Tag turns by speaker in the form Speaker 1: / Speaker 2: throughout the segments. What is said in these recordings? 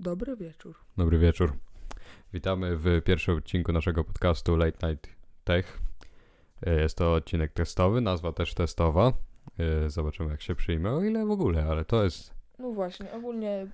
Speaker 1: Dobry wieczór.
Speaker 2: Dobry wieczór. Witamy w pierwszym odcinku naszego podcastu Late Night Tech. E, Jest to odcinek testowy, nazwa też testowa. E, Zobaczymy, jak się przyjmie, o ile w ogóle, ale to jest.
Speaker 1: No właśnie, ogólnie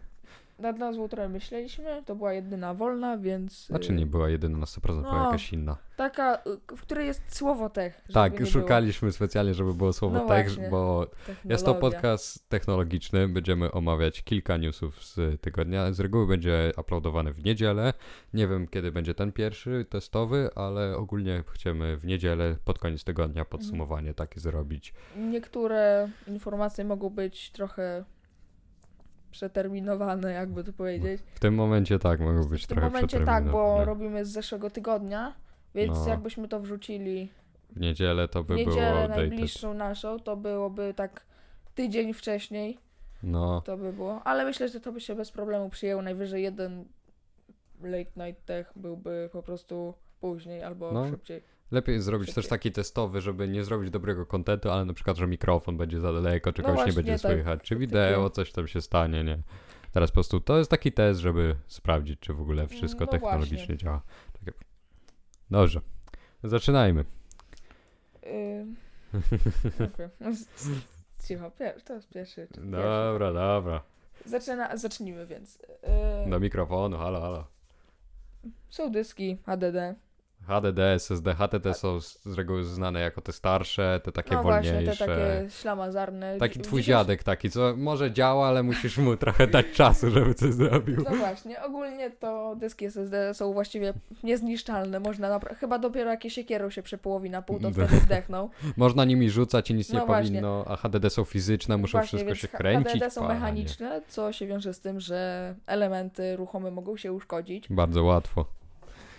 Speaker 1: nad nazwą, którą myśleliśmy, to była jedyna wolna, więc.
Speaker 2: Znaczy,
Speaker 1: y,
Speaker 2: nie była jedyna na 100%, była
Speaker 1: No.
Speaker 2: jakaś inna.
Speaker 1: Taka, y, w której jest słowo tech. żeby nie
Speaker 2: Tak,
Speaker 1: było
Speaker 2: szukaliśmy specjalnie, żeby było słowo
Speaker 1: No
Speaker 2: tech,
Speaker 1: właśnie.
Speaker 2: bo jest to
Speaker 1: technologia.
Speaker 2: podcast technologiczny. Będziemy omawiać kilka newsów z tygodnia. Z reguły będzie uploadowany w niedzielę. Nie wiem, kiedy będzie ten pierwszy testowy, ale ogólnie chcemy w niedzielę pod koniec
Speaker 1: Mhm.
Speaker 2: tygodnia podsumowanie takie zrobić.
Speaker 1: Niektóre informacje mogą być trochę przeterminowane, jakby to powiedzieć.
Speaker 2: W tym momencie tak, mogą być
Speaker 1: W tym
Speaker 2: trochę
Speaker 1: momencie tak, bo
Speaker 2: przeterminowane.
Speaker 1: robimy z zeszłego tygodnia, więc
Speaker 2: No.
Speaker 1: jakbyśmy to wrzucili
Speaker 2: W niedzielę to
Speaker 1: w
Speaker 2: by było
Speaker 1: niedzielę
Speaker 2: updated.
Speaker 1: najbliższą naszą, to byłoby tak tydzień wcześniej.
Speaker 2: No,
Speaker 1: To by było. Ale myślę, że to by się bez problemu przyjęło. Najwyżej jeden late night tech byłby po prostu później albo
Speaker 2: No.
Speaker 1: szybciej.
Speaker 2: lepiej zrobić
Speaker 1: Szybciej.
Speaker 2: też taki testowy, żeby nie zrobić dobrego kontentu, ale na przykład, że mikrofon będzie za daleko, czy
Speaker 1: No
Speaker 2: kogoś
Speaker 1: właśnie,
Speaker 2: nie będzie
Speaker 1: tak.
Speaker 2: słychać, czy wideo, coś tam się stanie, nie? Teraz po prostu to jest taki test, żeby sprawdzić, czy w ogóle wszystko
Speaker 1: No
Speaker 2: technologicznie
Speaker 1: właśnie.
Speaker 2: działa. Takie- Dobrze, zaczynajmy.
Speaker 1: Yy... okej. Cicho, pier- to jest pierwszy. czy- pierwszy.
Speaker 2: Dobra, dobra.
Speaker 1: Zaczyna, zacznijmy więc. Yy,
Speaker 2: Do mikrofonu, halo, halo.
Speaker 1: Są dyski HDD.
Speaker 2: HDD, SSD, HDD są z z reguły znane jako te starsze, te takie
Speaker 1: No właśnie, te
Speaker 2: wolniejsze.
Speaker 1: takie ślamazarne.
Speaker 2: Taki
Speaker 1: W- w
Speaker 2: twój
Speaker 1: dzisiejszym-
Speaker 2: dziadek taki, co może działa, ale musisz mu trochę dać czasu, żeby coś zrobił.
Speaker 1: No właśnie, ogólnie to dyski SSD są właściwie niezniszczalne. Można napra- chyba dopiero jakieś siekierą się przepołowi na pół, to
Speaker 2: No.
Speaker 1: wtedy zdechną.
Speaker 2: Można nimi rzucać i nic
Speaker 1: No
Speaker 2: nie
Speaker 1: właśnie.
Speaker 2: powinno, a HDD są fizyczne, muszą
Speaker 1: Właśnie,
Speaker 2: wszystko
Speaker 1: więc
Speaker 2: się
Speaker 1: H-
Speaker 2: kręcić.
Speaker 1: HDD są
Speaker 2: panie.
Speaker 1: mechaniczne, co się wiąże z tym, że elementy ruchome mogą się uszkodzić.
Speaker 2: Bardzo łatwo.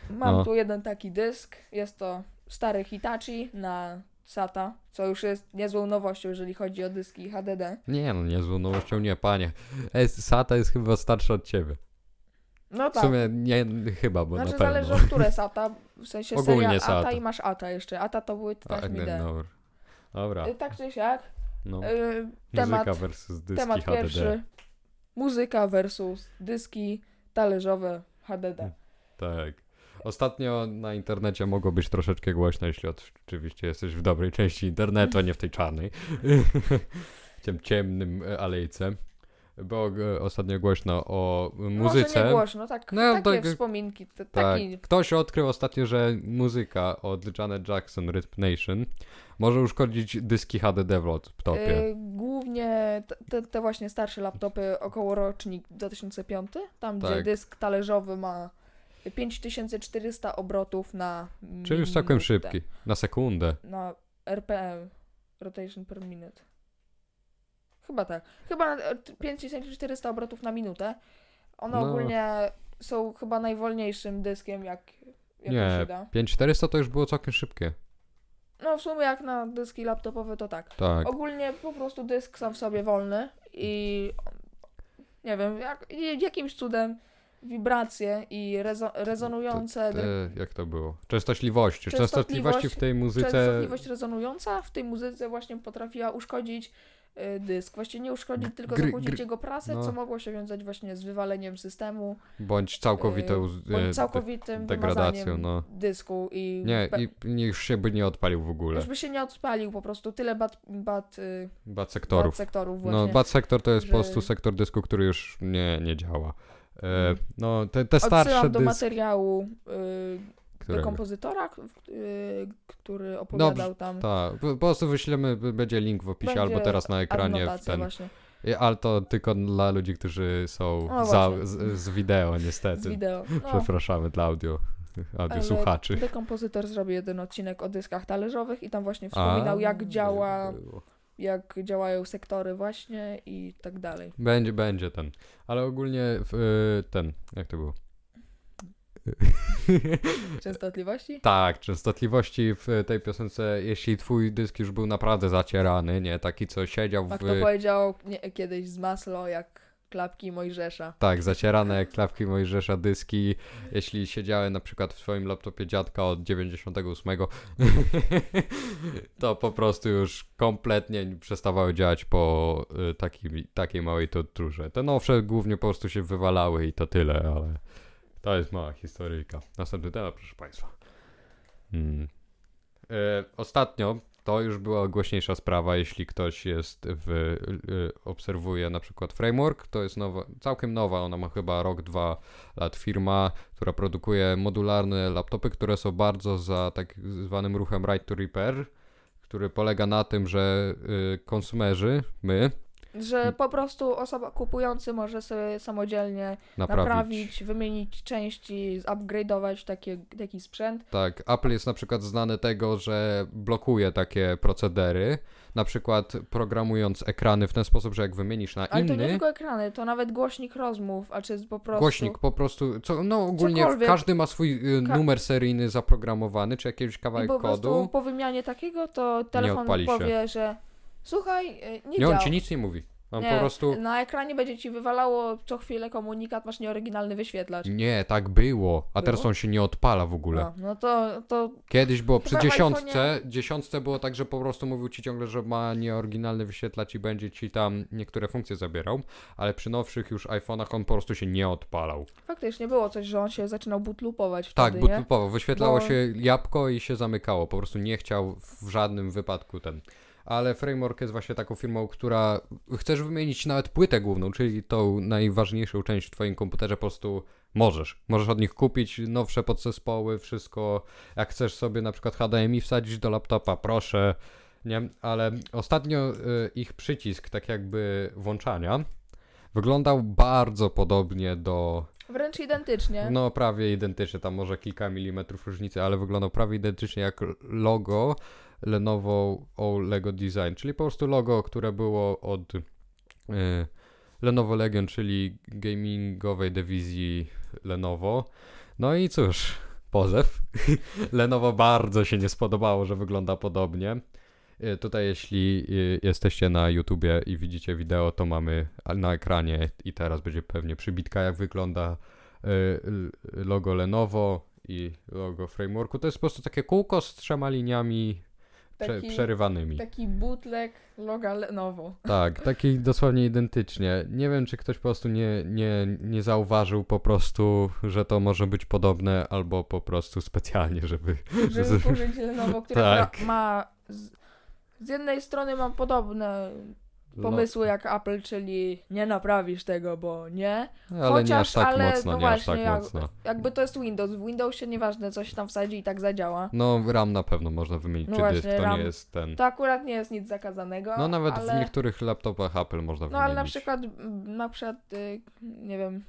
Speaker 1: Mam
Speaker 2: No.
Speaker 1: tu jeden taki dysk, jest to stary Hitachi na SATA, co już jest niezłą nowością, jeżeli chodzi o dyski HDD.
Speaker 2: Nie no, niezłą nowością nie, panie. E, SATA jest chyba starsza od ciebie.
Speaker 1: No
Speaker 2: W
Speaker 1: tak.
Speaker 2: sumie nie, chyba, bo
Speaker 1: Znaczy
Speaker 2: na pewno.
Speaker 1: zależy od które SATA, w sensie
Speaker 2: Ogólnie
Speaker 1: seria ATA
Speaker 2: SATA. Tak,
Speaker 1: i masz ATA jeszcze. ATA to były
Speaker 2: A, nie,
Speaker 1: transmitter.
Speaker 2: dobra. Dobra,
Speaker 1: Y, Tak czy siak,
Speaker 2: no.
Speaker 1: y, temat,
Speaker 2: Muzyka versus dyski
Speaker 1: temat
Speaker 2: HDD.
Speaker 1: pierwszy. Muzyka versus dyski talerzowe HDD.
Speaker 2: Tak. Ostatnio na internecie mogło być troszeczkę głośno, jeśli oczywiście jesteś w dobrej części internetu, a nie w tej czarnej. Tym ciemnym e, alejce. Było e, ostatnio głośno o muzyce.
Speaker 1: Może nie głośno, tak,
Speaker 2: No,
Speaker 1: takie
Speaker 2: tak-
Speaker 1: wspominki, t-
Speaker 2: Tak.
Speaker 1: taki...
Speaker 2: Ktoś odkrył ostatnio, że muzyka od Janet Jackson, Rhythm Nation, może uszkodzić dyski HDD w laptopie.
Speaker 1: y, głównie t- te, te właśnie starsze laptopy, około rocznik 2005, tam gdzie
Speaker 2: Tak.
Speaker 1: dysk talerzowy ma 5400 obrotów na
Speaker 2: Czyli już całkiem
Speaker 1: minutę.
Speaker 2: szybki. Na sekundę.
Speaker 1: Na RPM, rotation per minute. Chyba tak. Chyba e, t- 5400 obrotów na minutę. One
Speaker 2: No.
Speaker 1: ogólnie są chyba najwolniejszym dyskiem, jak, jak
Speaker 2: Nie.
Speaker 1: się da.
Speaker 2: 5400 to już było całkiem szybkie.
Speaker 1: No w sumie jak na dyski laptopowe to tak.
Speaker 2: Tak.
Speaker 1: Ogólnie po prostu dysk sam w sobie wolny i nie wiem, jak, i- jakimś cudem wibracje i rezo, rezonujące, dr-
Speaker 2: E, jak to było? Częstotliwości. Częstotliwości w tej muzyce.
Speaker 1: częstotliwość rezonująca w tej muzyce właśnie potrafiła uszkodzić y, dysk. Właściwie nie uszkodzić, tylko
Speaker 2: Gry-
Speaker 1: zakłócić
Speaker 2: gry-
Speaker 1: jego prasę,
Speaker 2: no.
Speaker 1: co mogło się wiązać właśnie z wywaleniem systemu,
Speaker 2: Bądź całkowite.
Speaker 1: Yy,
Speaker 2: uz- e,
Speaker 1: bądź całkowitym
Speaker 2: degradacją,
Speaker 1: wymazaniem
Speaker 2: no.
Speaker 1: dysku i,
Speaker 2: Nie,
Speaker 1: pe-
Speaker 2: i i już się by nie odpalił w ogóle.
Speaker 1: już by się nie odpalił po prostu tyle bat, bat, y,
Speaker 2: Bad
Speaker 1: bat
Speaker 2: sektorów.
Speaker 1: sektorów właśnie.
Speaker 2: No, bad sektor to jest po
Speaker 1: że-
Speaker 2: prostu sektor dysku, który już nie, nie działa. E,
Speaker 1: Mhm.
Speaker 2: no, te, te starsze
Speaker 1: Odsyłam do
Speaker 2: dyski.
Speaker 1: materiału y, do
Speaker 2: którego-
Speaker 1: kompozytora, k- w- y, który opowiadał tam.
Speaker 2: Tak, po po prostu wyślemy, b- będzie link w opisie
Speaker 1: Będzie
Speaker 2: albo teraz na ekranie. W
Speaker 1: Adnotację
Speaker 2: ten,
Speaker 1: właśnie
Speaker 2: I- ale to tylko dla ludzi, którzy są
Speaker 1: O,
Speaker 2: za,
Speaker 1: No właśnie.
Speaker 2: z, z wideo niestety.
Speaker 1: z wideo. No,
Speaker 2: Przepraszamy dla audio, audio
Speaker 1: ale
Speaker 2: słuchaczy.
Speaker 1: dekompozytor zrobił jeden odcinek o dyskach talerzowych i tam właśnie
Speaker 2: A,
Speaker 1: wspominał, jak działa,
Speaker 2: tak było.
Speaker 1: jak działają sektory właśnie i tak dalej.
Speaker 2: Będzie, będzie ten. Ale ogólnie w, y, ten, jak to było?
Speaker 1: Częstotliwości?
Speaker 2: Tak, częstotliwości w tej piosence, jeśli twój dysk już
Speaker 1: Tak,
Speaker 2: był naprawdę zacierany, nie, taki co siedział w...
Speaker 1: Jak to powiedział nie, kiedyś z Maslo, jak klapki Mojżesza.
Speaker 2: Tak, zacierane klawki Mojżesza, dyski. Jeśli siedziały na przykład w twoim laptopie dziadka od 98, to po prostu już kompletnie przestawały działać po y, takim, takiej małej torturze. Te nowsze głównie po prostu się wywalały i to tyle, ale to jest mała historyjka. Następny temat, proszę państwa. Mm. E, ostatnio to już była głośniejsza sprawa, jeśli ktoś jest w, y, obserwuje na przykład Framework, to jest nowa, całkiem nowa, ona ma chyba rok, dwa lat firma, która produkuje modularne laptopy, które są bardzo za tak zwanym ruchem right to repair, który polega na tym, że y, konsumerzy, my,
Speaker 1: Że
Speaker 2: Hmm.
Speaker 1: po prostu osoba kupujący może sobie samodzielnie
Speaker 2: naprawić.
Speaker 1: naprawić, wymienić części, upgrade'ować taki, taki sprzęt.
Speaker 2: Tak, Apple jest na przykład znane tego, że blokuje takie procedery, na przykład programując ekrany w ten sposób, że jak wymienisz na
Speaker 1: Ale to nie
Speaker 2: inny,
Speaker 1: tylko ekrany, to nawet głośnik rozmów, a czy jest po prostu...
Speaker 2: Głośnik po prostu, co, no ogólnie
Speaker 1: Cokolwiek.
Speaker 2: każdy ma swój y,
Speaker 1: Ka-
Speaker 2: numer seryjny zaprogramowany, czy jakiś
Speaker 1: I
Speaker 2: kawałek
Speaker 1: po prostu
Speaker 2: kodu.
Speaker 1: po wymianie takiego to telefon
Speaker 2: odpali się.
Speaker 1: powie, że słuchaj, y, nie,
Speaker 2: Nie,
Speaker 1: działa.
Speaker 2: on ci nic nie mówi. On
Speaker 1: Nie,
Speaker 2: po prostu,
Speaker 1: Na ekranie będzie ci wywalało co chwilę komunikat, masz nieoryginalny wyświetlacz.
Speaker 2: nie, tak było, a teraz
Speaker 1: Było?
Speaker 2: on się nie odpala w ogóle.
Speaker 1: No, no to, to
Speaker 2: Kiedyś było przy
Speaker 1: Chyba w
Speaker 2: dziesiątce, dziesiątce było tak, że po prostu mówił ci ciągle, że ma nieoryginalny wyświetlacz i będzie ci tam niektóre funkcje zabierał, ale przy nowszych już iPhone'ach on po prostu się nie odpalał.
Speaker 1: faktycznie było coś, że on się zaczynał bootloopować wtedy,
Speaker 2: Tak,
Speaker 1: nie? No.
Speaker 2: bootlupowo. Wyświetlało
Speaker 1: Bo-
Speaker 2: się jabłko i się zamykało. Po prostu nie chciał w żadnym wypadku ten. Ale Framework jest właśnie taką firmą, która chcesz wymienić nawet płytę główną, czyli tą najważniejszą część w twoim komputerze po prostu możesz. Możesz od nich kupić nowsze podzespoły, wszystko. Jak chcesz sobie na przykład HDMI wsadzić do laptopa, proszę. Nie, ale ostatnio y, ich przycisk tak jakby włączania wyglądał bardzo podobnie do
Speaker 1: Wręcz identycznie.
Speaker 2: no, prawie identyczny, tam może kilka milimetrów różnicy, ale wyglądał prawie identycznie jak logo Lenovo Lego Design, czyli po prostu logo, które było od y, Lenovo Legion, czyli gamingowej dywizji Lenovo. No i cóż, pozew. Lenovo bardzo się nie spodobało, że wygląda podobnie. Y, Tutaj, jeśli y, jesteście na YouTubie i widzicie wideo, to mamy na ekranie i teraz będzie pewnie przybitka, jak wygląda y, l- logo Lenovo i logo Frameworku. To jest po prostu takie kółko z trzema liniami prze,
Speaker 1: Taki-
Speaker 2: przerywanymi.
Speaker 1: Taki bootleg loga Lenovo.
Speaker 2: Tak, taki dosłownie identycznie. Nie wiem, czy ktoś po prostu nie, nie, nie zauważył po prostu, że to może być podobne, albo po prostu specjalnie, żeby...
Speaker 1: Żeby
Speaker 2: Z-
Speaker 1: użyć Lenovo, które
Speaker 2: Tak.
Speaker 1: ma- ma... Z, z jednej strony ma podobne
Speaker 2: no,
Speaker 1: pomysły jak Apple, czyli nie naprawisz tego, bo nie.
Speaker 2: ale nie aż
Speaker 1: chociaż,
Speaker 2: tak
Speaker 1: ale
Speaker 2: mocno,
Speaker 1: no
Speaker 2: nie aż
Speaker 1: właśnie,
Speaker 2: tak
Speaker 1: jak-
Speaker 2: mocno.
Speaker 1: Jakby to jest Windows. W Windowsie nieważne, coś tam wsadzi i tak zadziała.
Speaker 2: No, RAM na pewno można wymienić,
Speaker 1: No
Speaker 2: czy
Speaker 1: właśnie,
Speaker 2: dysk, to
Speaker 1: RAM.
Speaker 2: nie jest ten...
Speaker 1: To akurat nie jest nic zakazanego.
Speaker 2: No nawet
Speaker 1: ale...
Speaker 2: w niektórych laptopach Apple można
Speaker 1: No
Speaker 2: wymienić.
Speaker 1: ale na przykład, m, na przykład, y, nie wiem,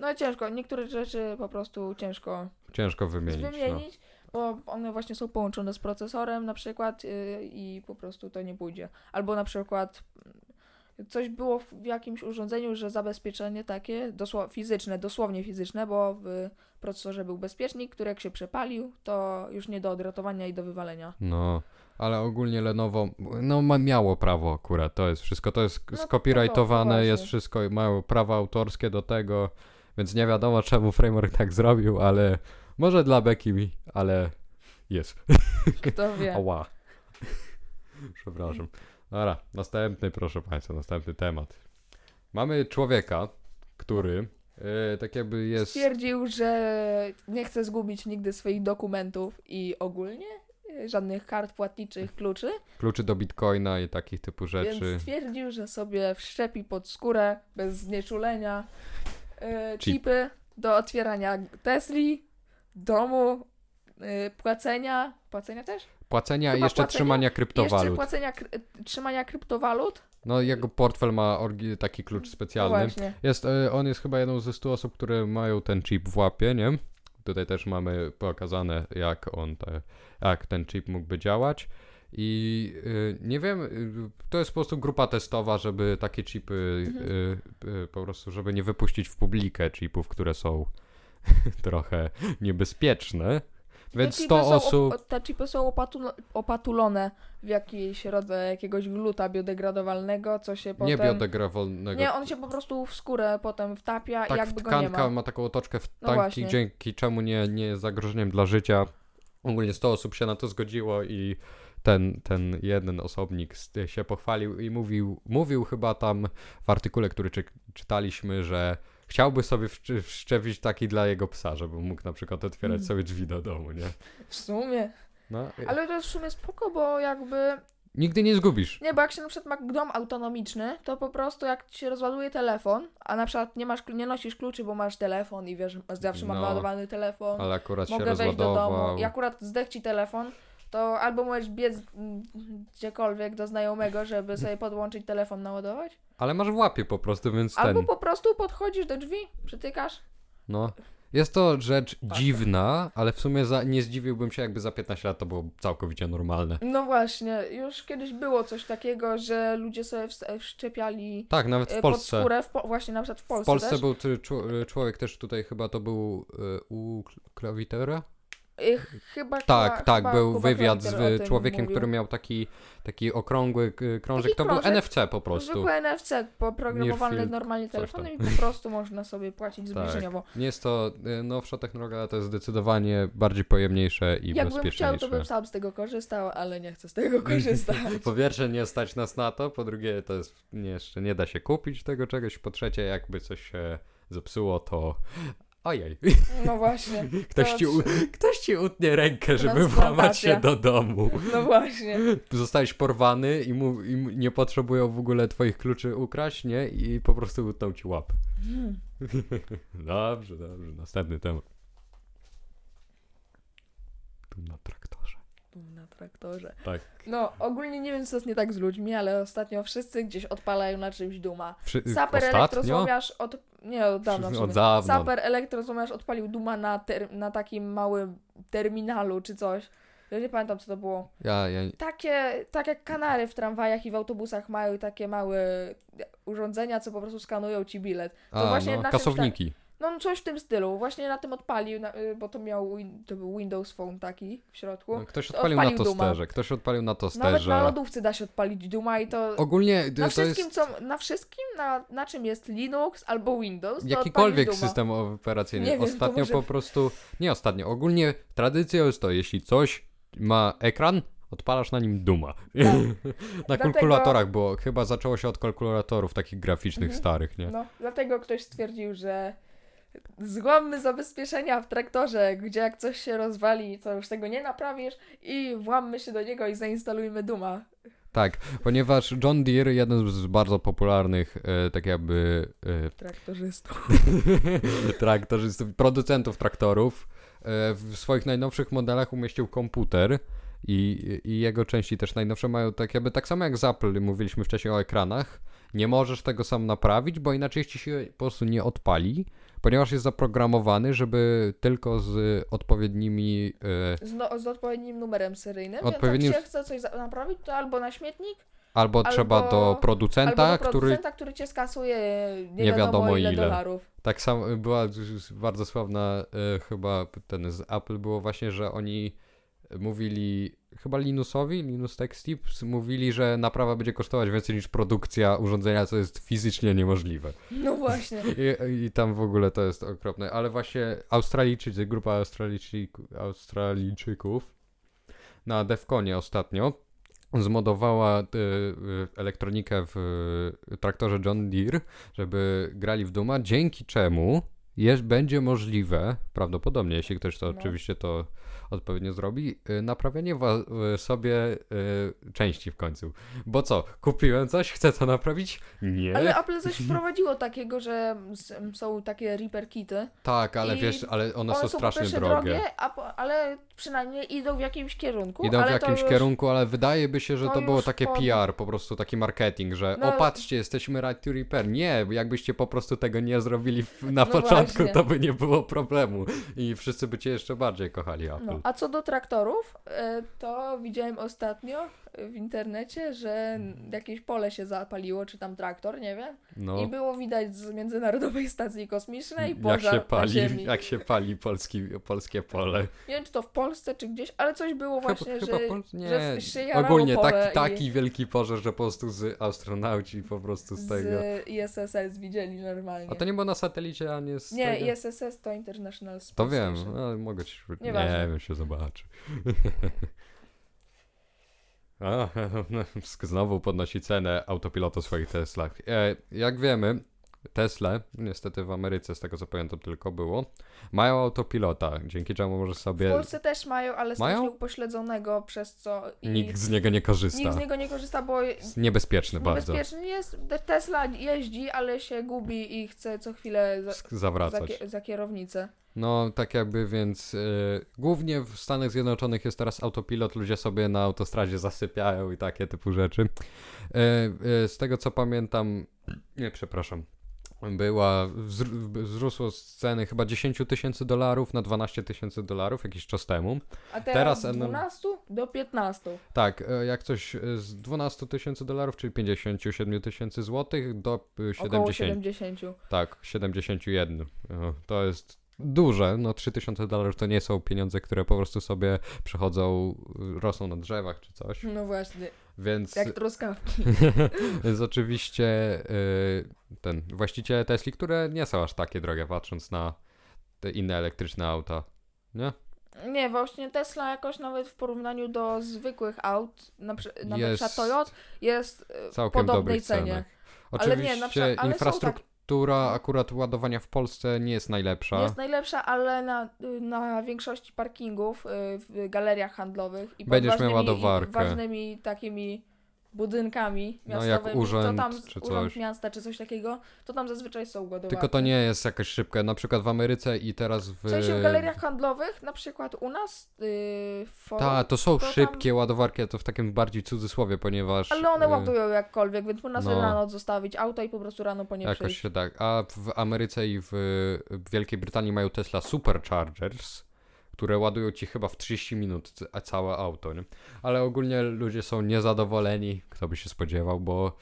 Speaker 1: no ciężko, niektóre rzeczy po prostu ciężko
Speaker 2: Ciężko
Speaker 1: wymienić,
Speaker 2: wymienić, no.
Speaker 1: bo one właśnie są połączone z procesorem na przykład y, i po prostu to nie pójdzie. Albo na przykład mm, coś było w jakimś urządzeniu, że zabezpieczenie takie dosło- fizyczne, dosłownie fizyczne, bo w procesorze był bezpiecznik, który jak się przepalił, to już nie do odratowania i do wywalenia.
Speaker 2: No, ale ogólnie Lenovo, no ma, miało prawo akurat, to jest wszystko, to jest sk-
Speaker 1: No to-
Speaker 2: skopirajtowane,
Speaker 1: to- to
Speaker 2: jest
Speaker 1: właśnie.
Speaker 2: wszystko, mają prawa autorskie do tego, więc nie wiadomo czemu framework tak zrobił, ale może dla Beki, ale jest.
Speaker 1: Kto wie.
Speaker 2: Ała. Przepraszam. Dobra, następny, proszę Państwa, następny temat. Mamy człowieka, który e, tak jakby jest...
Speaker 1: Stwierdził, że nie chce zgubić nigdy swoich dokumentów i ogólnie y, żadnych kart płatniczych, kluczy,
Speaker 2: Kluczy do bitcoina i takich typu rzeczy.
Speaker 1: więc stwierdził, że sobie wszczepi pod skórę bez znieczulenia y,
Speaker 2: Chip.
Speaker 1: chipy do otwierania Tesli, domu, y, płacenia, płacenia też?
Speaker 2: Płacenia i
Speaker 1: chyba
Speaker 2: jeszcze
Speaker 1: płacenia?
Speaker 2: trzymania
Speaker 1: Jeszcze
Speaker 2: kryptowalut.
Speaker 1: płacenia, kry- y, trzymania kryptowalut?
Speaker 2: No, jego portfel ma orgi- taki klucz
Speaker 1: No
Speaker 2: specjalny.
Speaker 1: właśnie.
Speaker 2: Jest, e, on jest chyba jedną ze 100 osób, które mają ten chip w łapie, nie? Tutaj też mamy pokazane, jak on te, jak ten chip mógłby działać. I e, nie wiem, e, to jest po prostu grupa testowa, żeby takie chipy
Speaker 1: Mhm.
Speaker 2: e, e, po prostu, żeby nie wypuścić w publikę chipów, które są trochę niebezpieczne. Więc
Speaker 1: te
Speaker 2: 100
Speaker 1: chipy są
Speaker 2: osób.
Speaker 1: Op- te chipy są opatulo- opatulone w jakiś rodzaj jakiegoś gluta biodegradowalnego, co się potem...
Speaker 2: Nie biodegrawolnego.
Speaker 1: Nie, on się po prostu w skórę potem wtapia i
Speaker 2: tak,
Speaker 1: jakby go nie
Speaker 2: tkanka
Speaker 1: ma.
Speaker 2: ma taką otoczkę w
Speaker 1: No
Speaker 2: tanki,
Speaker 1: właśnie.
Speaker 2: dzięki czemu nie, nie jest zagrożeniem dla życia. Ogólnie 100 osób się na to zgodziło i ten, ten jeden osobnik z- się pochwalił i mówił, mówił chyba tam w artykule, który czy, czytaliśmy, że chciałby sobie wszczy- wszczepić taki dla jego psa, żeby mógł na przykład otwierać
Speaker 1: Mm.
Speaker 2: sobie drzwi do domu, nie?
Speaker 1: W sumie.
Speaker 2: No, Ale...
Speaker 1: Ale to jest w sumie spoko, bo jakby...
Speaker 2: Nigdy nie zgubisz.
Speaker 1: Nie, bo jak się na przykład ma dom autonomiczny, to po prostu jak ci się rozładuje telefon, a na przykład nie, masz, nie nosisz kluczy, bo masz telefon i wiesz, zawsze mam
Speaker 2: No.
Speaker 1: naładowany telefon.
Speaker 2: Ale akurat się
Speaker 1: mogę wejść do
Speaker 2: rozładował.
Speaker 1: domu i akurat zdech ci telefon, to albo możesz biec mm, gdziekolwiek do znajomego, żeby sobie podłączyć telefon, naładować.
Speaker 2: Ale masz w łapie po prostu, więc
Speaker 1: Albo
Speaker 2: ten.
Speaker 1: po prostu podchodzisz do drzwi, przytykasz.
Speaker 2: No. Jest to rzecz dziwna, ale w sumie za, nie zdziwiłbym się, jakby za 15 lat to było całkowicie normalne.
Speaker 1: No właśnie, już kiedyś było coś takiego, że ludzie sobie wst- wszczepiali
Speaker 2: Tak, nawet
Speaker 1: e,
Speaker 2: w
Speaker 1: pod
Speaker 2: Polsce.
Speaker 1: skórę, w po- właśnie na przykład w Polsce,
Speaker 2: w Polsce
Speaker 1: też.
Speaker 2: był ty, czu, y, człowiek też tutaj chyba to był y, u Kl- Klawitera?
Speaker 1: E, chyba
Speaker 2: Tak,
Speaker 1: chyba,
Speaker 2: tak,
Speaker 1: chyba
Speaker 2: był
Speaker 1: Kuba
Speaker 2: wywiad z
Speaker 1: Kleiter o
Speaker 2: y,
Speaker 1: tym
Speaker 2: człowiekiem,
Speaker 1: mówił.
Speaker 2: który miał taki, taki okrągły y, krążek.
Speaker 1: Taki
Speaker 2: to
Speaker 1: krążek.
Speaker 2: był NFC po prostu.
Speaker 1: Zwykły NFC, poprogramowany
Speaker 2: Nearfield,
Speaker 1: normalnie
Speaker 2: coś tam.
Speaker 1: telefonem i po prostu można sobie płacić
Speaker 2: Tak.
Speaker 1: zbliżeniowo.
Speaker 2: Nie jest to y, nowsza technologia, ale to jest zdecydowanie bardziej pojemniejsze i
Speaker 1: Jakbym chciał,
Speaker 2: bezpieczniejsze.
Speaker 1: to bym sam z tego korzystał, ale nie chcę z tego korzystać.
Speaker 2: Po pierwsze nie stać nas na to, po drugie to jest, nie, jeszcze nie da się kupić tego czegoś, po trzecie jakby coś się zepsuło, to ojej,
Speaker 1: No właśnie.
Speaker 2: ktoś
Speaker 1: To
Speaker 2: ci, u... ktoś ci utnie rękę, żeby włamać
Speaker 1: Transplantacja.
Speaker 2: się do domu.
Speaker 1: No właśnie.
Speaker 2: Zostałeś porwany i, mu... i mu- nie potrzebują w ogóle twoich kluczy ukraść, nie? I po prostu utną ci łap.
Speaker 1: Hmm.
Speaker 2: Dobrze, dobrze, następny temat. Tu na traktorze.
Speaker 1: Na traktorze.
Speaker 2: Tak.
Speaker 1: No, ogólnie nie wiem, co jest nie tak z ludźmi, ale ostatnio wszyscy gdzieś odpalają na czymś duma.
Speaker 2: Przy...
Speaker 1: Saper
Speaker 2: Y, Ostatnio?
Speaker 1: elektrosłomiarz od... Nie, od dawna. w
Speaker 2: Od
Speaker 1: sumie.
Speaker 2: dawna.
Speaker 1: Saper elektrosłomiarz odpalił duma na, ter... na takim małym terminalu czy coś. Ja nie pamiętam, co to było.
Speaker 2: Ja, ja...
Speaker 1: Takie, tak jak kanary w tramwajach i w autobusach mają takie małe urządzenia, co po prostu skanują ci bilet.
Speaker 2: A,
Speaker 1: właśnie na
Speaker 2: no,
Speaker 1: czymś tak-
Speaker 2: kasowniki.
Speaker 1: No coś w tym stylu. Właśnie na tym odpalił, na, y, bo to miał win, to był Windows Phone taki w środku.
Speaker 2: No, ktoś
Speaker 1: To
Speaker 2: odpalił, na
Speaker 1: odpalił Duma.
Speaker 2: tosterze, ktoś odpalił na
Speaker 1: Nawet
Speaker 2: tosterze.
Speaker 1: na lodówce da się odpalić Duma i to
Speaker 2: Ogólnie
Speaker 1: na
Speaker 2: to
Speaker 1: wszystkim,
Speaker 2: jest
Speaker 1: co, na wszystkim, na, na czym jest Linux albo Windows, to
Speaker 2: jakikolwiek
Speaker 1: odpalić Duma.
Speaker 2: system operacyjny.
Speaker 1: Nie wiem, to
Speaker 2: ostatnio
Speaker 1: może-
Speaker 2: po prostu, nie ostatnio, ogólnie tradycją jest to, jeśli coś ma ekran, odpalasz na nim duma. na
Speaker 1: Tak. Dlatego-
Speaker 2: kalkulatorach było, chyba zaczęło się od kalkulatorów takich graficznych starych, nie?
Speaker 1: No, dlatego ktoś stwierdził, że złammy zabezpieczenia w traktorze, gdzie jak coś się rozwali, to już tego nie naprawisz i włammy się do niego i zainstalujmy Duma.
Speaker 2: Tak, ponieważ John Deere, jeden z bardzo popularnych, e, tak jakby e,
Speaker 1: Traktorzysta.
Speaker 2: traktorzystów, producentów traktorów. e, W swoich najnowszych modelach umieścił komputer i, i jego części też najnowsze mają tak jakby tak samo jak z Apple, mówiliśmy wcześniej o ekranach. Nie możesz tego sam naprawić, bo inaczej ci się po prostu nie odpali, ponieważ jest zaprogramowany, żeby tylko z odpowiednimi e,
Speaker 1: Z, no, z odpowiednim numerem seryjnym. Odpowiednim...
Speaker 2: Odpowiednim-
Speaker 1: Więc jak się chce coś za- naprawić, to albo na śmietnik,
Speaker 2: albo,
Speaker 1: Albo-
Speaker 2: trzeba do producenta,
Speaker 1: albo do
Speaker 2: który
Speaker 1: producenta, który cię skasuje nie, wiadomo, ile, dolarów.
Speaker 2: Tak samo była z- z- bardzo sławna e, chyba ten z Apple było właśnie, że oni mówili chyba Linusowi, Linus Tech Tips, mówili, że naprawa będzie kosztować więcej niż produkcja urządzenia, co jest fizycznie niemożliwe.
Speaker 1: No właśnie.
Speaker 2: I, i tam w ogóle to jest okropne. Ale właśnie Australijczycy, grupa Australijczyk, Australijczyków na Defconie ostatnio zmodowała y, y, elektronikę w y, traktorze John Deere, żeby grali w Duma, dzięki czemu jest, będzie możliwe, prawdopodobnie, jeśli ktoś to
Speaker 1: No.
Speaker 2: oczywiście to odpowiednio zrobi, y, naprawianie wa- y, sobie y, części w końcu. Bo co, kupiłem coś, chcę to naprawić? Nie.
Speaker 1: Ale Apple coś wprowadziło takiego, że s- są takie Reaper kity.
Speaker 2: Tak, ale
Speaker 1: I
Speaker 2: wiesz, ale one, są
Speaker 1: One są po
Speaker 2: strasznie
Speaker 1: pierwsze
Speaker 2: drogie.
Speaker 1: drogie, a po, ale przynajmniej idą w jakimś kierunku.
Speaker 2: Idą w
Speaker 1: ale to
Speaker 2: jakimś
Speaker 1: już,
Speaker 2: kierunku, ale wydaje by się, że
Speaker 1: to
Speaker 2: to, było
Speaker 1: już
Speaker 2: takie
Speaker 1: pod-
Speaker 2: PR, po prostu taki marketing, że
Speaker 1: No-
Speaker 2: o patrzcie, jesteśmy right to repair. Nie, jakbyście po prostu tego nie zrobili w- na
Speaker 1: No
Speaker 2: początku,
Speaker 1: właśnie.
Speaker 2: to by nie było problemu i wszyscy by cię jeszcze bardziej kochali Apple.
Speaker 1: No. A co do traktorów, e, to widziałem ostatnio, w internecie, że jakieś pole się zapaliło, czy tam traktor, nie wiem.
Speaker 2: No,
Speaker 1: I było widać z Międzynarodowej Stacji Kosmicznej
Speaker 2: jak
Speaker 1: pożar
Speaker 2: się
Speaker 1: na
Speaker 2: pali,
Speaker 1: Ziemi.
Speaker 2: jak się pali polski, polskie pole.
Speaker 1: Nie wiem, czy to w Polsce, czy gdzieś, ale coś było No właśnie,
Speaker 2: chyba,
Speaker 1: że...
Speaker 2: chyba Pol- nie,
Speaker 1: że się jarało
Speaker 2: ogólnie
Speaker 1: pole
Speaker 2: taki,
Speaker 1: i-
Speaker 2: taki wielki pożar, że po prostu z astronauci po prostu z tego...
Speaker 1: Z ISSS widzieli normalnie.
Speaker 2: A to nie było na satelicie, a nie z
Speaker 1: Nie,
Speaker 2: tego?
Speaker 1: ISSS to International Space
Speaker 2: To wiem,
Speaker 1: Station.
Speaker 2: ale mogę ci... Nie,
Speaker 1: Nieważne.
Speaker 2: wiem, się zobaczy. A, no, znowu podnosi cenę autopilota w swoich Teslach. E, jak wiemy, Tesle, niestety w Ameryce, z tego co pamiętam tylko było, mają autopilota, dzięki czemu możesz
Speaker 1: W
Speaker 2: sobie...
Speaker 1: Polsce też mają, ale
Speaker 2: Mają?
Speaker 1: strasznie upośledzonego, przez co... I
Speaker 2: Nikt z niego nie korzysta.
Speaker 1: nikt z niego nie korzysta, bo
Speaker 2: Jest Niebezpieczny bardzo.
Speaker 1: niebezpieczny jest. Tesla jeździ, ale się gubi i chce co chwilę za,
Speaker 2: Sk- Zawracać.
Speaker 1: za, kie- za kierownicę.
Speaker 2: No, tak jakby, więc y, głównie w Stanach Zjednoczonych jest teraz autopilot, ludzie sobie na autostradzie zasypiają i takie typu rzeczy. Y, y, z tego co pamiętam, nie, przepraszam, była, wzr- wzrosło z ceny chyba 10 tysięcy dolarów na 12 tysięcy dolarów jakiś czas temu.
Speaker 1: A
Speaker 2: Teraz
Speaker 1: teraz, z
Speaker 2: Elon-
Speaker 1: 12 do 15.
Speaker 2: Tak, y, jak coś y, z 12 tysięcy dolarów, czyli 57 tysięcy złotych do y,
Speaker 1: Około
Speaker 2: 70.
Speaker 1: 70.
Speaker 2: Tak, 71. O, To jest duże. No 3000 dolarów to nie są pieniądze, które po prostu sobie przechodzą, y, rosną na drzewach czy coś.
Speaker 1: No właśnie,
Speaker 2: Więc,
Speaker 1: jak truskawki.
Speaker 2: więc oczywiście y, ten właściciele Tesli, które nie są aż takie drogie patrząc na te inne elektryczne auta. Nie?
Speaker 1: Nie, właśnie Tesla jakoś nawet w porównaniu do zwykłych aut, na, przy- na
Speaker 2: Jest
Speaker 1: przykład Toyota, jest e, w
Speaker 2: Całkiem
Speaker 1: podobnej
Speaker 2: dobrych
Speaker 1: cenie.
Speaker 2: cenach.
Speaker 1: Ale
Speaker 2: Oczywiście
Speaker 1: nie, na przykład- ale są tak- No.
Speaker 2: infrastruktura akurat ładowania w Polsce nie jest najlepsza.
Speaker 1: Jest najlepsza, ale na, y, na większości parkingów, y, w galeriach handlowych i pod
Speaker 2: Będziesz miał
Speaker 1: ważnymi,
Speaker 2: ładowarkę.
Speaker 1: i ważnymi takimi budynkami
Speaker 2: No, jak
Speaker 1: miastowymi,
Speaker 2: urząd
Speaker 1: to tam
Speaker 2: czy
Speaker 1: urząd
Speaker 2: coś.
Speaker 1: miasta czy coś takiego, to tam zazwyczaj są ładowarki.
Speaker 2: Tylko to nie jest jakoś szybkie. Na przykład w Ameryce i teraz w...
Speaker 1: W sensie w galeriach handlowych, na przykład u nas y, w forum,
Speaker 2: Tak, to są
Speaker 1: to tam-
Speaker 2: szybkie ładowarki, a to w takim bardziej cudzysłowie, ponieważ.
Speaker 1: ale one
Speaker 2: y,
Speaker 1: ładują jakkolwiek, więc można sobie
Speaker 2: no.
Speaker 1: na noc zostawić auto i po prostu rano po nie
Speaker 2: Jakoś
Speaker 1: przyjść.
Speaker 2: się tak. A w Ameryce i w w Wielkiej Brytanii mają Tesla Superchargers, które ładują ci chyba w 30 minut c- a całe auto. Nie? Ale ogólnie ludzie są niezadowoleni, kto by się spodziewał, bo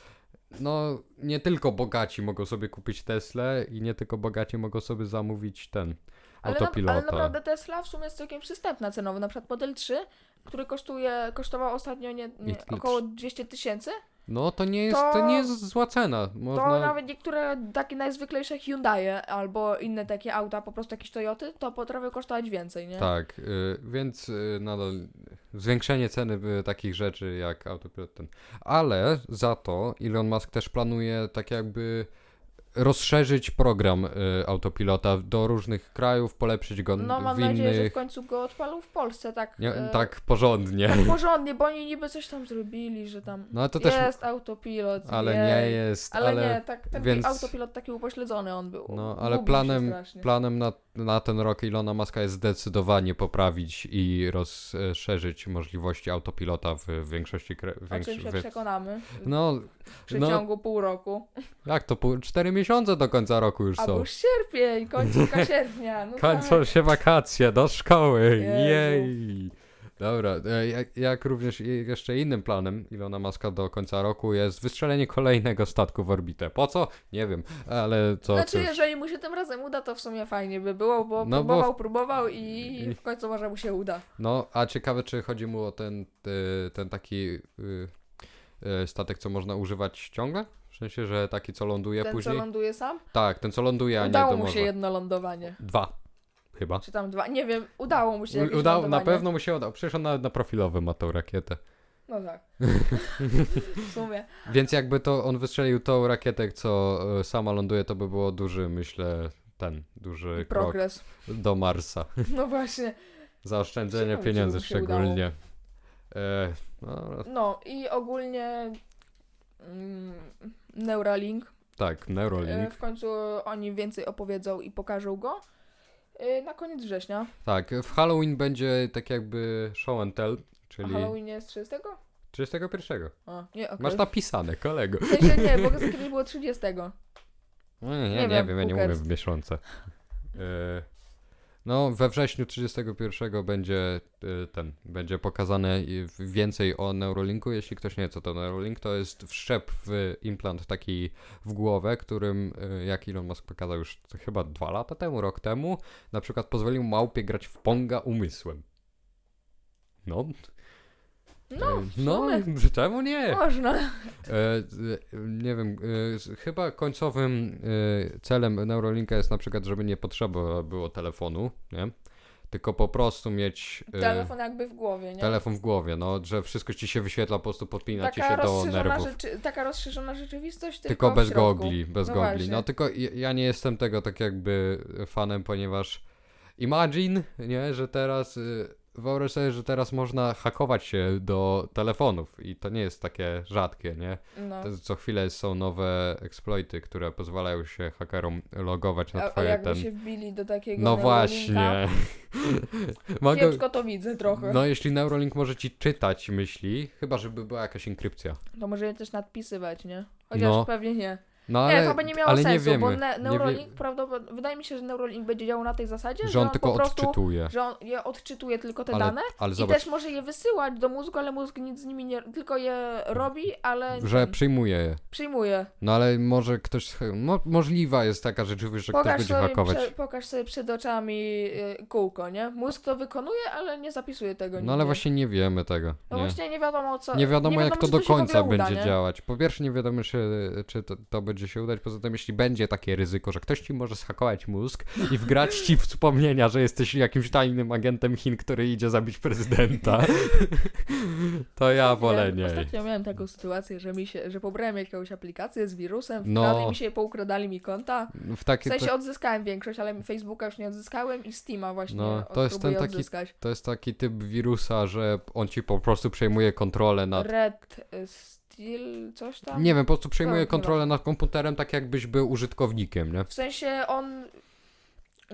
Speaker 2: no nie tylko bogaci mogą sobie kupić Teslę i nie tylko bogaci mogą sobie zamówić ten
Speaker 1: Ale, na,
Speaker 2: autopilota.
Speaker 1: ale naprawdę Tesla w sumie jest całkiem przystępna cenowo, na przykład model 3, który kosztuje, kosztował ostatnio nie, nie,
Speaker 2: tyle-
Speaker 1: około 200 tysięcy,
Speaker 2: No to nie jest, to...
Speaker 1: To-
Speaker 2: nie jest zła cena.
Speaker 1: to
Speaker 2: Można...
Speaker 1: nawet niektóre takie najzwyklejsze Hyundai albo inne takie auta, po prostu jakieś Toyoty, to potrafią kosztować więcej, nie?
Speaker 2: Tak, y, więc y, nadal zwiększenie ceny y, takich rzeczy jak autopilot ten. Ale za to Elon Musk też planuje tak jakby rozszerzyć program y, autopilota do różnych krajów, polepszyć go
Speaker 1: No mam
Speaker 2: w innych.
Speaker 1: nadzieję, że w końcu go odpalą w Polsce, tak,
Speaker 2: nie,
Speaker 1: e,
Speaker 2: tak porządnie.
Speaker 1: porządnie, bo oni niby coś tam zrobili, że tam
Speaker 2: No to też,
Speaker 1: jest autopilot,
Speaker 2: ale
Speaker 1: jej.
Speaker 2: nie jest,
Speaker 1: Ale,
Speaker 2: ale,
Speaker 1: nie, tak, taki
Speaker 2: więc-
Speaker 1: autopilot taki upośledzony on był.
Speaker 2: No, ale
Speaker 1: Gubił się
Speaker 2: planem-
Speaker 1: strasznie.
Speaker 2: planem na, na ten rok Elona Muska jest zdecydowanie poprawić i rozszerzyć możliwości autopilota w większości krajów.
Speaker 1: o czym się przekonamy
Speaker 2: No,
Speaker 1: w
Speaker 2: no,
Speaker 1: przeciągu pół roku.
Speaker 2: Jak to? Pół, cztery miesiące do końca roku już
Speaker 1: Albo
Speaker 2: są.
Speaker 1: już sierpień, końcówka sierpnia. No
Speaker 2: Kończą
Speaker 1: tak.
Speaker 2: się wakacje do szkoły.
Speaker 1: Jezu.
Speaker 2: Jej. Dobra, e, jak, jak również i- jeszcze innym planem Ilona Maska do końca roku jest wystrzelenie kolejnego statku w orbitę. Po co? Nie wiem, ale co
Speaker 1: Znaczy,
Speaker 2: cóż.
Speaker 1: jeżeli mu się tym razem uda, to w sumie fajnie by było, bo
Speaker 2: No bo-
Speaker 1: próbował, próbował i
Speaker 2: i-
Speaker 1: w końcu może mu się uda.
Speaker 2: No, a ciekawe, czy chodzi mu o ten, y, ten taki y, y, statek, co można używać ciągle? W sensie, że taki, co ląduje
Speaker 1: Ten,
Speaker 2: później?
Speaker 1: co ląduje sam,
Speaker 2: Tak, ten, co ląduje, a nie
Speaker 1: udało
Speaker 2: do
Speaker 1: mu
Speaker 2: morza.
Speaker 1: się jedno lądowanie.
Speaker 2: Dwa, chyba.
Speaker 1: Czy tam dwa, nie wiem, udało mu się
Speaker 2: U-
Speaker 1: jakieś
Speaker 2: Udało, na
Speaker 1: lądowanie.
Speaker 2: pewno mu się udało. Przecież on nawet na profilowym ma tą rakietę.
Speaker 1: No tak. w sumie.
Speaker 2: Więc jakby to on wystrzelił tą rakietę, co e, sama ląduje, to by było duży, myślę, ten duży krok
Speaker 1: Progres.
Speaker 2: do Marsa.
Speaker 1: No właśnie.
Speaker 2: Zaoszczędzenie
Speaker 1: Ciekawe, czy
Speaker 2: pieniędzy
Speaker 1: mu się
Speaker 2: szczególnie. E, no,
Speaker 1: No i ogólnie mm, Neuralink
Speaker 2: tak,
Speaker 1: E,
Speaker 2: Neuralink.
Speaker 1: W końcu oni więcej opowiedzą i pokażą go. E, Na koniec września.
Speaker 2: Tak, w Halloween będzie tak jakby show and tell,
Speaker 1: A
Speaker 2: czyli
Speaker 1: Halloween jest 30?
Speaker 2: 31.
Speaker 1: A, nie, okej.
Speaker 2: Masz napisane, kolego.
Speaker 1: W sensie nie, bo kiedyś było 30.
Speaker 2: Nie, nie,
Speaker 1: Nie
Speaker 2: No nie
Speaker 1: wiem,
Speaker 2: wiem, ja nie
Speaker 1: Pukers.
Speaker 2: mówię w miesiące. E, No, we wrześniu 31 będzie y, ten, będzie pokazane i w- więcej o Neurolinku. Jeśli ktoś nie wie, co to Neurolink, to jest wszczep w implant taki w głowę, którym, y, jak Elon Musk pokazał już chyba dwa lata temu, rok temu, na przykład pozwolił małpie grać w ponga umysłem. No.
Speaker 1: No,
Speaker 2: Y,
Speaker 1: w
Speaker 2: no,
Speaker 1: sumie No,
Speaker 2: czemu nie?
Speaker 1: można.
Speaker 2: E, z- e, nie wiem, e, z- chyba końcowym e, celem Neuralinka jest na przykład, żeby nie potrzeba było telefonu, nie? Tylko po prostu mieć e,
Speaker 1: Telefon jakby w głowie, nie?
Speaker 2: telefon w głowie, no, że wszystko ci się wyświetla, po prostu podpina ci
Speaker 1: Taka
Speaker 2: się do
Speaker 1: rozszerzona,
Speaker 2: nerwów.
Speaker 1: rzeczy, taka rozszerzona rzeczywistość, tylko,
Speaker 2: Tylko bez
Speaker 1: w środku.
Speaker 2: gogli, bez
Speaker 1: No
Speaker 2: gogli.
Speaker 1: właśnie.
Speaker 2: No tylko i- ja nie jestem tego tak jakby fanem, ponieważ imagine, nie, że teraz y, wyobraź sobie, że teraz można hakować się do telefonów i to nie jest takie rzadkie, nie?
Speaker 1: No.
Speaker 2: Te- Co chwilę są nowe exploity, które pozwalają się hakerom logować na
Speaker 1: A, a
Speaker 2: twoje
Speaker 1: jakby
Speaker 2: ten.
Speaker 1: się wbili do takiego
Speaker 2: No
Speaker 1: neurolinka,
Speaker 2: właśnie. Mogę...
Speaker 1: tak? Kiepsko to widzę trochę.
Speaker 2: No jeśli Neuralink może ci czytać myśli, chyba żeby była jakaś inkrypcja.
Speaker 1: To może je też nadpisywać, nie? Chociaż
Speaker 2: No.
Speaker 1: pewnie nie.
Speaker 2: No
Speaker 1: Nie,
Speaker 2: ale,
Speaker 1: to by nie miało
Speaker 2: ale
Speaker 1: sensu,
Speaker 2: nie wiemy.
Speaker 1: bo ne-
Speaker 2: Nie
Speaker 1: Neuralink prawdopodobnie... Wydaje mi się, że Neuralink będzie działał na tej zasadzie,
Speaker 2: Że on tylko
Speaker 1: po prostu...
Speaker 2: odczytuje.
Speaker 1: Że on je odczytuje tylko te
Speaker 2: Ale-
Speaker 1: dane
Speaker 2: Ale
Speaker 1: i
Speaker 2: zobacz,
Speaker 1: też może je wysyłać do mózgu, ale mózg nic z nimi nie... Tylko je robi, ale
Speaker 2: że
Speaker 1: ten,
Speaker 2: przyjmuje je.
Speaker 1: przyjmuje.
Speaker 2: No ale może ktoś. Mo, możliwa jest taka rzeczywistość, że ktoś
Speaker 1: Pokaż
Speaker 2: będzie
Speaker 1: sobie,
Speaker 2: hakować.
Speaker 1: prze, pokaż sobie przed oczami y, kółko, nie? Mózg to wykonuje, ale nie zapisuje tego
Speaker 2: No ale
Speaker 1: nigdzie.
Speaker 2: właśnie nie wiemy tego.
Speaker 1: No
Speaker 2: nie.
Speaker 1: właśnie nie wiadomo co...
Speaker 2: Nie wiadomo, jak to
Speaker 1: czy
Speaker 2: do
Speaker 1: się w ogóle
Speaker 2: końca
Speaker 1: uda,
Speaker 2: będzie
Speaker 1: nie?
Speaker 2: działać. Po pierwsze, nie wiadomo, czy, czy to, to będzie się udać. Poza tym, jeśli będzie takie ryzyko, że ktoś ci może schakować mózg i wgrać ci wspomnienia, że jesteś jakimś tajnym agentem Chin, który idzie zabić prezydenta, to ja wolę
Speaker 1: Miałem-
Speaker 2: nie.
Speaker 1: Ostatnio miałem taką sytuację, że mi się, że pobrałem jakąś aplikację z wirusem,
Speaker 2: No.
Speaker 1: wkradli mi się i poukradali mi konta.
Speaker 2: W
Speaker 1: W
Speaker 2: takie,
Speaker 1: sensie
Speaker 2: to,
Speaker 1: odzyskałem większość, ale Facebooka już nie odzyskałem i Steama właśnie
Speaker 2: No,
Speaker 1: no,
Speaker 2: to jest ten taki-
Speaker 1: odzyskać.
Speaker 2: to jest taki typ wirusa, że on ci po prostu przejmuje kontrolę nad.
Speaker 1: Red y, Steel, coś tam?
Speaker 2: Nie wiem, po prostu
Speaker 1: nie
Speaker 2: przejmuje
Speaker 1: wiem.
Speaker 2: kontrolę nad komputerem, tak jakbyś był użytkownikiem, nie?
Speaker 1: W sensie on...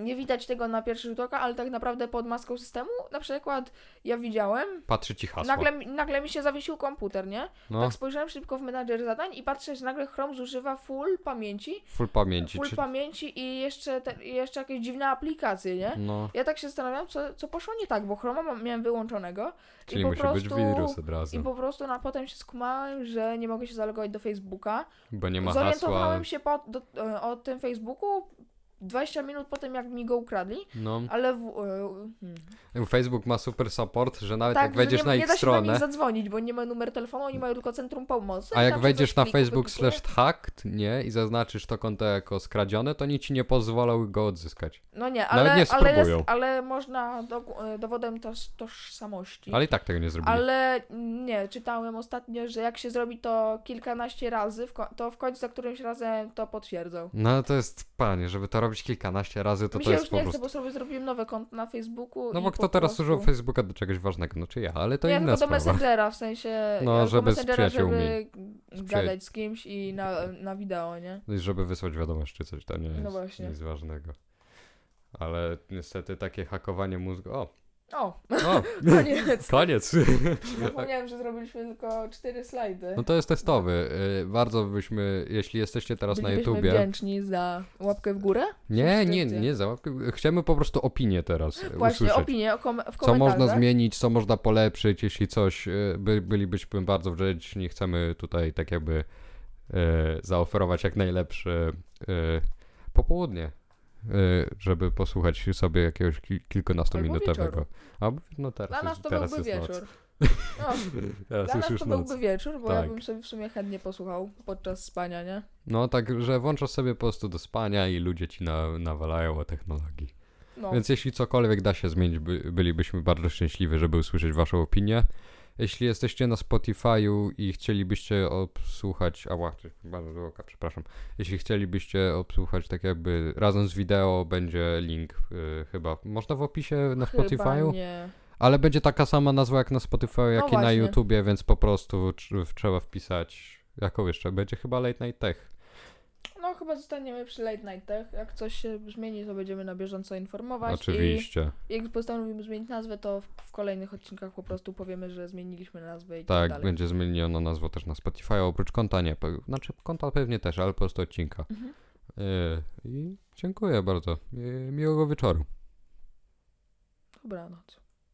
Speaker 1: Nie widać tego na pierwszy rzut oka, ale tak naprawdę pod maską systemu, na przykład ja widziałem,
Speaker 2: Patrzy ci hasło.
Speaker 1: nagle, mi- nagle mi się zawiesił komputer, nie?
Speaker 2: No,
Speaker 1: Tak spojrzałem szybko w menadżer zadań i patrzę, że nagle Chrome zużywa full pamięci
Speaker 2: full pamięci.
Speaker 1: full
Speaker 2: czy...
Speaker 1: pamięci i jeszcze, te, i jeszcze jakieś dziwne aplikacje, nie?
Speaker 2: No,
Speaker 1: Ja tak się zastanawiam, co, co poszło nie tak, bo Chroma mam- miałem wyłączonego
Speaker 2: czyli
Speaker 1: po
Speaker 2: musi być
Speaker 1: prostu-
Speaker 2: wirus od razu.
Speaker 1: i po prostu na potem się skumałem, że nie mogę się zalogować do Facebooka.
Speaker 2: Bo nie ma hasła.
Speaker 1: Zorientowałem się po, do, e, o tym Facebooku 20 minut po tym, jak mi go ukradli,
Speaker 2: No.
Speaker 1: ale w, e, hmm.
Speaker 2: Facebook ma super support, że nawet
Speaker 1: tak,
Speaker 2: Tak, jak
Speaker 1: że
Speaker 2: wejdziesz
Speaker 1: nie,
Speaker 2: na
Speaker 1: nie da
Speaker 2: ich
Speaker 1: się do nich
Speaker 2: stronę, Hmm.
Speaker 1: zadzwonić, bo nie ma numer telefonu, oni mają tylko centrum pomocy.
Speaker 2: a
Speaker 1: i
Speaker 2: jak
Speaker 1: tam się
Speaker 2: wejdziesz
Speaker 1: coś
Speaker 2: na
Speaker 1: klikuje,
Speaker 2: Facebook
Speaker 1: klikuje.
Speaker 2: slash hacked, nie, i zaznaczysz to konto jako skradzione, to oni ci nie pozwolą go odzyskać.
Speaker 1: No nie,
Speaker 2: Nawet
Speaker 1: ale,
Speaker 2: nie
Speaker 1: ale, jest,
Speaker 2: spróbują.
Speaker 1: ale można do, e, dowodem toż, tożsamości.
Speaker 2: Ale i tak tego nie zrobili.
Speaker 1: Ale nie, czytałem ostatnio, że jak się zrobi to kilkanaście razy, w ko- to w końcu za którymś razem to potwierdzą.
Speaker 2: No to jest, panie, żeby to robić kilkanaście razy, to
Speaker 1: Mi
Speaker 2: to
Speaker 1: się
Speaker 2: jest
Speaker 1: już
Speaker 2: po
Speaker 1: nie
Speaker 2: prostu...
Speaker 1: chce, bo sobie zrobiłem nowe konto na Facebooku.
Speaker 2: No
Speaker 1: i
Speaker 2: bo
Speaker 1: po
Speaker 2: kto teraz
Speaker 1: prostu...
Speaker 2: użył Facebooka do czegoś ważnego? No czy ja, ale to
Speaker 1: ja
Speaker 2: inna
Speaker 1: tylko do
Speaker 2: sprawa.
Speaker 1: Messengera, w sensie
Speaker 2: No,
Speaker 1: ja tylko
Speaker 2: żeby z
Speaker 1: Messengera,
Speaker 2: przyjaciółmi.
Speaker 1: żeby
Speaker 2: Z przyja-
Speaker 1: gadać z kimś i na, na wideo, nie?
Speaker 2: No i Żeby wysłać wiadomość czy coś, to nie
Speaker 1: No
Speaker 2: jest
Speaker 1: właśnie.
Speaker 2: nic ważnego. Ale niestety takie hakowanie mózgu... O,
Speaker 1: O,
Speaker 2: o, Tak.
Speaker 1: koniec.
Speaker 2: koniec!
Speaker 1: Zapomniałem, że zrobiliśmy tylko cztery slajdy.
Speaker 2: No to jest testowy. Y, Bardzo byśmy, jeśli jesteście teraz na
Speaker 1: Bylibyśmy
Speaker 2: YouTubie.
Speaker 1: wdzięczni za łapkę w górę.
Speaker 2: Nie, nie,
Speaker 1: subskrypcję.
Speaker 2: nie za łapkę. Chcemy po prostu opinię teraz y,
Speaker 1: Właśnie,
Speaker 2: usłyszeć.
Speaker 1: opinie o kom- w
Speaker 2: Co
Speaker 1: komentarzach.
Speaker 2: można zmienić, co można polepszyć, jeśli coś y, by, bylibyśmy bardzo wdzięczni. Chcemy tutaj tak jakby y, zaoferować jak najlepsze y, popołudnie, y, żeby posłuchać sobie jakiegoś ki- kilkunastominutowego.
Speaker 1: wieczoru.
Speaker 2: Albo no teraz
Speaker 1: Dla nas
Speaker 2: jest,
Speaker 1: to
Speaker 2: teraz
Speaker 1: byłby
Speaker 2: jest
Speaker 1: wieczór.
Speaker 2: Noc.
Speaker 1: No,
Speaker 2: Teraz
Speaker 1: Dla
Speaker 2: jest
Speaker 1: nas
Speaker 2: już
Speaker 1: to
Speaker 2: noc.
Speaker 1: byłby wieczór, bo
Speaker 2: Tak.
Speaker 1: ja bym sobie w sumie chętnie posłuchał podczas spania, nie?
Speaker 2: No także włączasz sobie po prostu do spania i ludzie ci na, nawalają o technologii.
Speaker 1: No.
Speaker 2: Więc jeśli cokolwiek da się zmienić, by, bylibyśmy bardzo szczęśliwi, żeby usłyszeć Waszą opinię. Jeśli jesteście na Spotify'u i chcielibyście obsłuchać, ała, coś bardzo do oka, przepraszam. Jeśli chcielibyście obsłuchać tak jakby razem z wideo, będzie link y, chyba, można w opisie na
Speaker 1: Chyba
Speaker 2: Spotify'u?
Speaker 1: Nie. No
Speaker 2: Ale będzie taka sama nazwa jak na Spotify, jak i na
Speaker 1: właśnie.
Speaker 2: YouTubie, więc po prostu tr- trzeba wpisać, jaką jeszcze, będzie chyba Late Night Tech.
Speaker 1: No chyba zostaniemy przy Late Night Tech. Jak coś się zmieni, to będziemy na bieżąco informować.
Speaker 2: Oczywiście.
Speaker 1: I tak jak postanowimy zmienić nazwę, to w, w kolejnych odcinkach po prostu powiemy, że zmieniliśmy nazwę i
Speaker 2: Tak,
Speaker 1: tak dalej.
Speaker 2: będzie zmieniono nazwę też na Spotify, oprócz konta nie. pe- Znaczy konta pewnie też, ale po prostu odcinka. Y,
Speaker 1: Mhm.
Speaker 2: Yy, I dziękuję bardzo. Yy, miłego Y, wieczoru.
Speaker 1: Dobranoc.